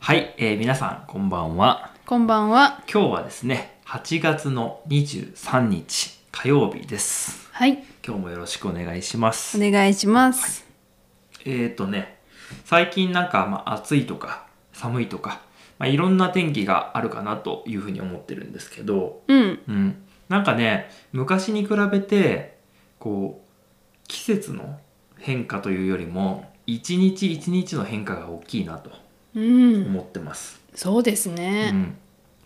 はい、えー皆さんこんばんは。こんばんは。今日はですね、8月の23日火曜日です。はい、今日もよろしくお願いします。お願いします。えーとね、最近なんか、まあ、暑いとか寒いとか、まあ、いろんな天気があるかなというふうに思ってるんですけど、うん、うん、なんかね昔に比べてこう季節の変化というよりも一日一日の変化が大きいなとうん、思ってます。そうですうね。ん、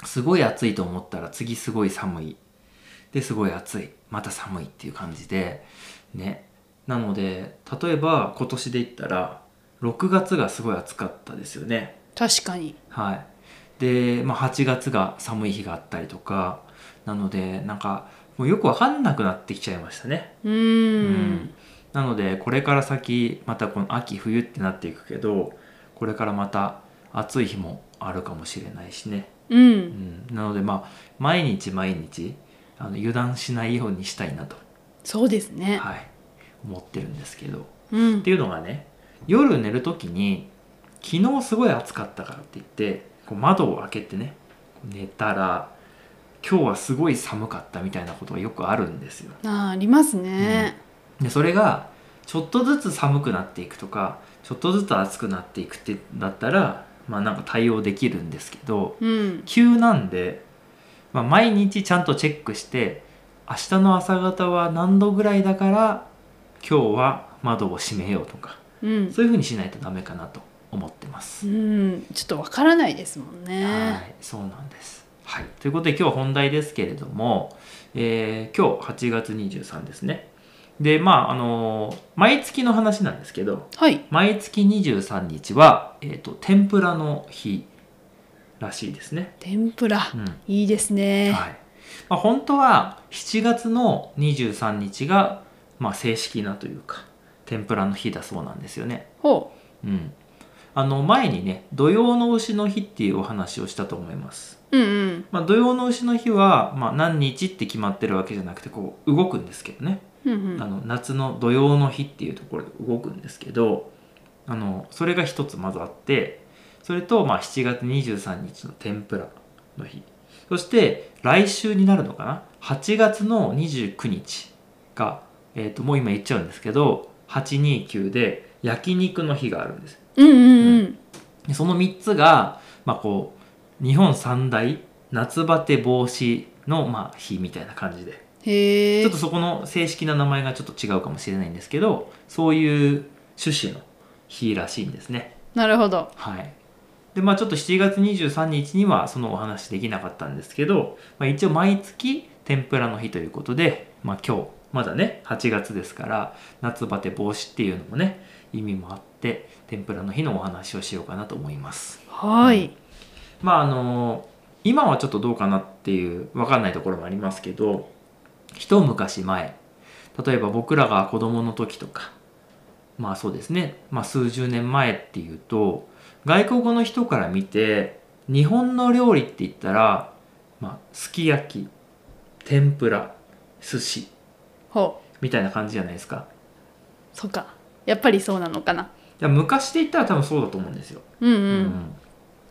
すごい暑いと思ったら次すごい寒いですごい暑いまた寒いっていう感じでねなので例えば今年で言ったら6月がすごい暑かったですよね確かに。はいで、まあ、8月が寒い日があったりとかなのでなんかもうよくわかんなくなってきちゃいましたねう、うんなのでこれから先またこの秋冬ってなっていくけどこれからまた暑い日もあるかもしれないしねう、うんん、なのでまあ毎日毎日あの油断しないようにしたいなと、そうですね。はい、思ってるんですけどっうんて、いうのがね夜寝る時に昨日すごい暑かったからって言ってこう窓を開けてね寝たら今日はすごい寒かったみたいなことがよくあるんですよ。あー、ありますね。でそれがちょっとずつ寒くなっていくとかちょっとずつ暑くなっていくってだったらまあなんか対応できるんですけど、うん、急なんで、まあ、毎日ちゃんとチェックして明日の朝方は何度ぐらいだから今日は窓を閉めようとかうん、そういうふうにしないとダメかなと思ってます。うん、ちょっとわからないですもんはね。い、そうなんです、はい、ということで今日は本題ですけれども、えー今日8月23ですね。でまああのー毎月の話なんですけどはい、毎月23日は、えー、と天ぷらの日らしいですね。天ぷらう、んいいですね。はいまあ、本当は7月の23日が、まあ、正式なというか天ぷらの日だそうなんですよね。ほうん、あの前にね土用の丑の日っていうお話をしたと思います。う、うん、うん、まあ、土用の丑の日は、まあ、何日って決まってるわけじゃなくてこう動くんですけどね、うん、うあん、の夏の土用の日っていうところで動くんですけどあのそれが一つまずあってそれと、まあ、7月23日の天ぷらの日そして来週になるのかな8月の29日が、えー、ともう今言っちゃうんですけど829で焼肉の日があるんですうん、うん、うん、でその3つが、まあ、こう日本三大夏バテ防止の、まあ、日みたいな感じでへえ。ちょっとそこの正式な名前がちょっと違うかもしれないんですけどそういう趣旨の日らしいんですねなるほど。はいでまあちょっと7月23日にはそのお話できなかったんですけど、まあ、一応毎月天ぷらの日ということで、まあ、今日まだね8月ですから夏バテ防止っていうのもね意味もあって天ぷらの日のお話をしようかなと思いますはい、まああの今はちょっとどうかなっていう分かんないところもありますけど一昔前例えば僕らが子供の時とかまあそうですね、まあ、数十年前っていうと外国語の人から見て日本の料理って言ったら、まあ、すき焼き天ぷら寿司ほう、みたいな感じじゃないですかそっか。やっぱりそうなのかな。いや昔で言ったら多分そうだと思うんですようん、ううん、ん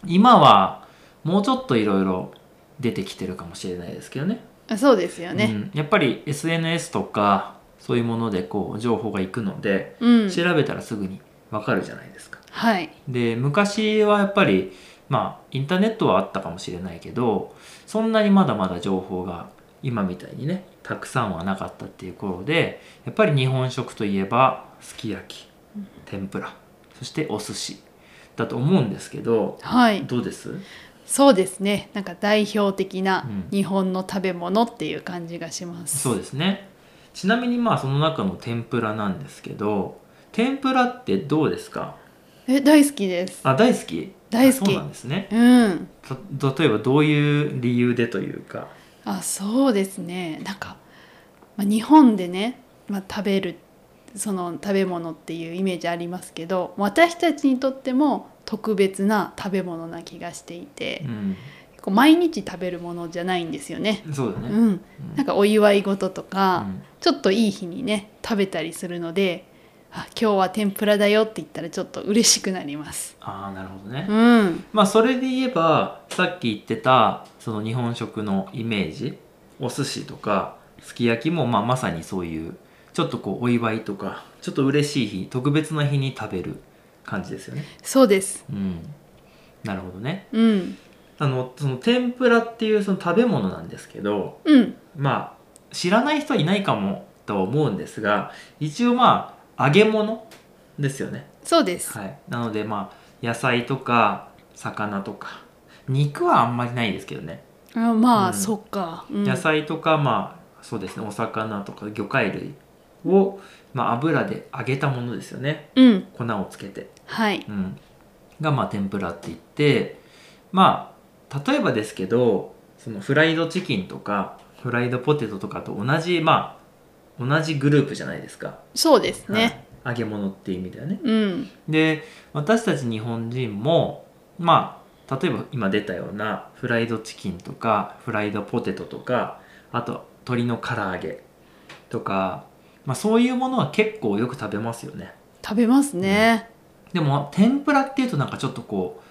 今はもうちょっといろいろ出てきてるかもしれないですけどねあそうですよね。うん、やっぱり SNS とかそういうものでこう情報がいくので、うん、調べたらすぐにわかるじゃないですか。はい、で昔はやっぱりまあインターネットはあったかもしれないけどそんなにまだまだ情報が今みたいにねたくさんはなかったっていう頃でやっぱり日本食といえばすき焼き天ぷらそしてお寿司だと思うんですけどはい。どうですそうですねなんか代表的なうん日本の食べ物っていう感じがします、そうですねちなみにまあその中の天ぷらなんですけど天ぷらってどうですかえ大好きですあ大好き大好きあそうなんですねうんた例えばどういう理由でというかあそうですねなんか、まあ、日本でね、まあ、食べるその食べ物っていうイメージありますけど私たちにとっても特別な食べ物な気がしていて、うんこう毎日食べるものじゃないんですよねそうだうね、ん、なんかお祝い事とうか、んちょっといい日にね食べたりするのであ今日は天ぷらだよって言ったらちょっと嬉しくなります。ああなるほどね、うん、まあそれで言えばさっき言ってたその日本食のイメージお寿司とかすき焼きもまあまさにそういうちょっとこうお祝いとかちょっと嬉しい日特別な日に食べる感じですよねそうです。うんなるほどねうん、あのその天ぷらっていうその食べ物なんですけどうん、まあ知らない人はいないかもとは思うんですが一応まあ揚げ物ですよねそうです。はい、なのでまあ野菜とか魚とか肉はあんまりないですけどね、あまあ、うんそっか。うん野菜とかまあそうですねお魚とか魚介類を、まあ、油で揚げたものですよねうん、粉をつけて、はい、うん、がまあ天ぷらって言ってまあ例えばですけどそのフライドチキンとかフライドポテトとかと同じまあ同じグループじゃないですか、そうですね。はい、揚げ物っていう意味だよねうん、で私たち日本人もまあ例えば今出たようなフライドチキンとかフライドポテトとかあと鶏の唐揚げとか、まあ、そういうものは結構よく食べますよね食べますね。でも天ぷらっていうとなんかちょっとこ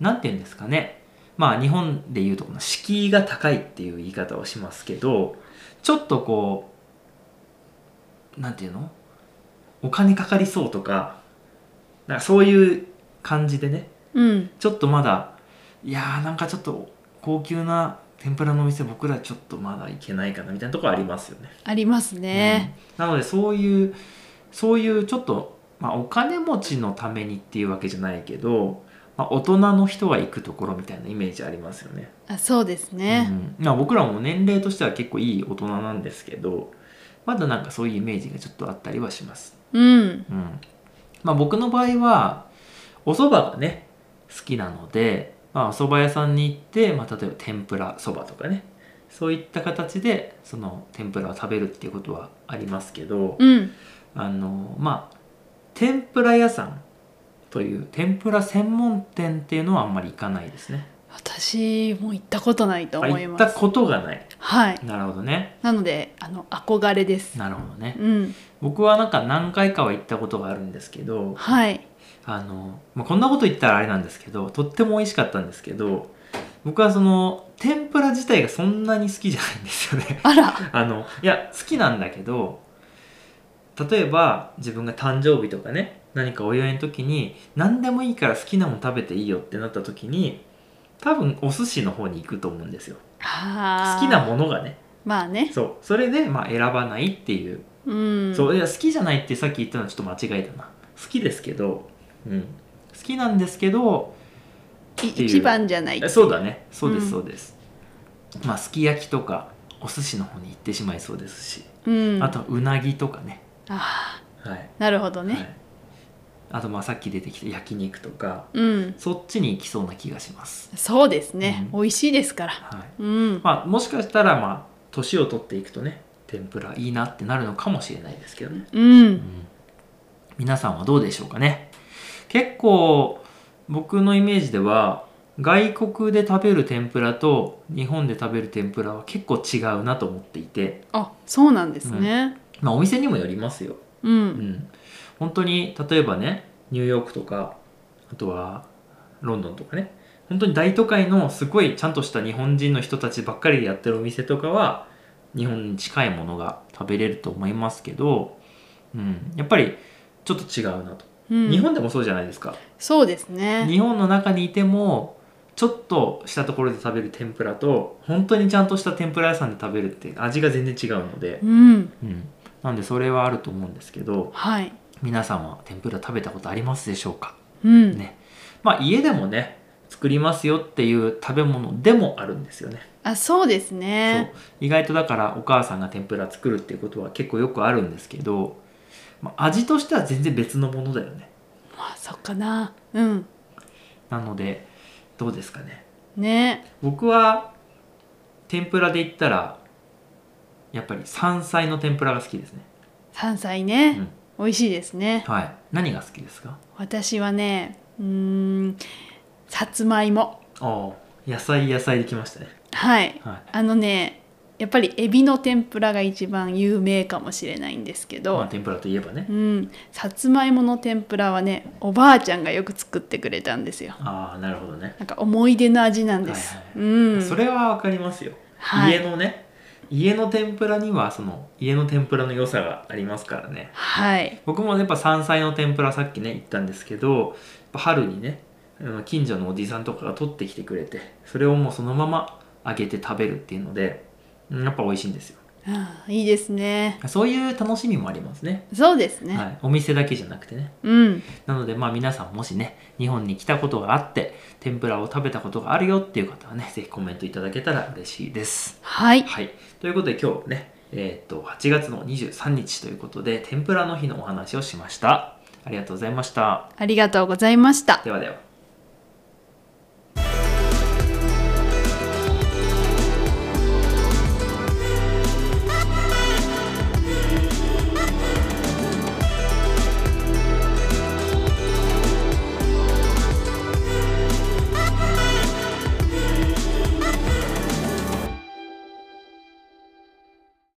う何て言うんですかねまあ日本でいうとこの敷居が高いっていう言い方をしますけどちょっとこう何て言うのお金かかりそうとかなんかそういう感じでねうん、ちょっとまだいやーなんかちょっと高級な天ぷらのお店僕らちょっとまだ行けないかなみたいなところありますよね。ありますね。うんなのでそういうそういうちょっと、まあ、お金持ちのためにっていうわけじゃないけど、まあ、大人の人が行くところみたいなイメージありますよね。あ、そうですね。うんまあ、僕らも年齢としては結構いい大人なんですけどまだなんかそういうイメージがちょっとあったりはします。うん、うんまあ、僕の場合はお蕎麦がね好きなので、まあ、お蕎麦屋さんに行って、まあ、例えば天ぷら蕎麦とかねそういった形でその天ぷらを食べるっていうことはありますけど、うん、あのまあ天ぷら屋さんという天ぷら専門店っていうのはあんまり行かないですね私も行ったことないとあ思い行っまたす。ことがないはい、なるほどねなので、あの憧れです。なるほどねうん、僕はなんか何回かは行ったことがあるんですけどはい、あの、まあ、こんなこと言ったらあれなんですけどとっても美味しかったんですけど僕はその天ぷら自体がそんなに好きじゃないんですよねあら、あのいや好きなんだけど例えば自分が誕生日とかね何かお祝いの時に何でもいいから好きなもの食べていいよってなった時に多分お寿司の方に行くと思うんですよ好好きなものがねまあね。そうそれでまあ選ばないっていううん、そういや好きじゃないってさっき言ったのはちょっと間違えたな好きですけど、うん、好きなんですけどいっていう一番じゃないえ。そうだねそうでうんすそうです、まあすき焼きとかお寿司の方に行ってしまいそうですし、うん、あとはうなぎとかね、あはいーなるほどね、はい、あとまあさっき出てきた焼肉とかうんそっちに行きそうな気がします、そうですね、う美味しいですからはいうん、まあ、もしかしたらまあ年を取っていくとね天ぷらいいなってなるのかもしれないですけどねう、うんん皆さんはどうでしょうかね結構僕のイメージでは外国で食べる天ぷらと日本で食べる天ぷらは結構違うなと思っていてあそうなんですねまあお店にもよりますよ、うん、うん、本当に例えばねニューヨークとかあとはロンドンとかね本当に大都会のすごいちゃんとした日本人の人たちばっかりでやってるお店とかは日本に近いものが食べれると思いますけど、うん、やっぱりちょっと違うなとうん日本でもそうじゃないですか、そうですね日本の中にいてもちょっとしたところで食べる天ぷらと本当にちゃんとした天ぷら屋さんで食べるって味が全然違うので、うんうん、なんでそれはあると思うんですけどはい皆さんは天ぷら食べたことありますでしょうかうん、ねまあ家でもね作りますよっていう食べ物でもあるんですよね、あそうですそうね意外とだからお母さんが天ぷら作るっていうことは結構よくあるんですけど、まあ、味としては全然別のものだよねまあそっかなうんなのでどうですかねね僕は天ぷらで言ったらやっぱり山菜の天ぷらが好きですね、山菜うね、ん美味しいですねはい何が好きですか私はねうーんさつまいもああ野菜野菜できましたねはいはいあのねやっぱりエビの天ぷらが一番有名かもしれないんですけど、まあ天ぷらといえばねうん、さつまいもの天ぷらはねおばあちゃんがよく作ってくれたんですよああなるほどね、なんか思い出の味なんです、はいうんそれはわかりますよ、はい家のね家の天ぷらにはその家の天ぷらの良さがありますからねはい僕もやっぱ山菜の天ぷらさっきね言ったんですけどやっぱ春にねあの近所のおじさんとかが取ってきてくれてそれをもうそのまま揚げて食べるっていうのでうんやっぱ美味しいんですよあーいいですねそういう楽しみもありますねそうですね、はい、お店だけじゃなくてねうんなのでまあ皆さんもしね日本に来たことがあって天ぷらを食べたことがあるよっていう方はね是非コメントいただけたら嬉しいですはいはい、ということで今日ね、えーっと8月の23日ということで天ぷらの日のお話をしましたありがとうございましたありがとうございましたではでは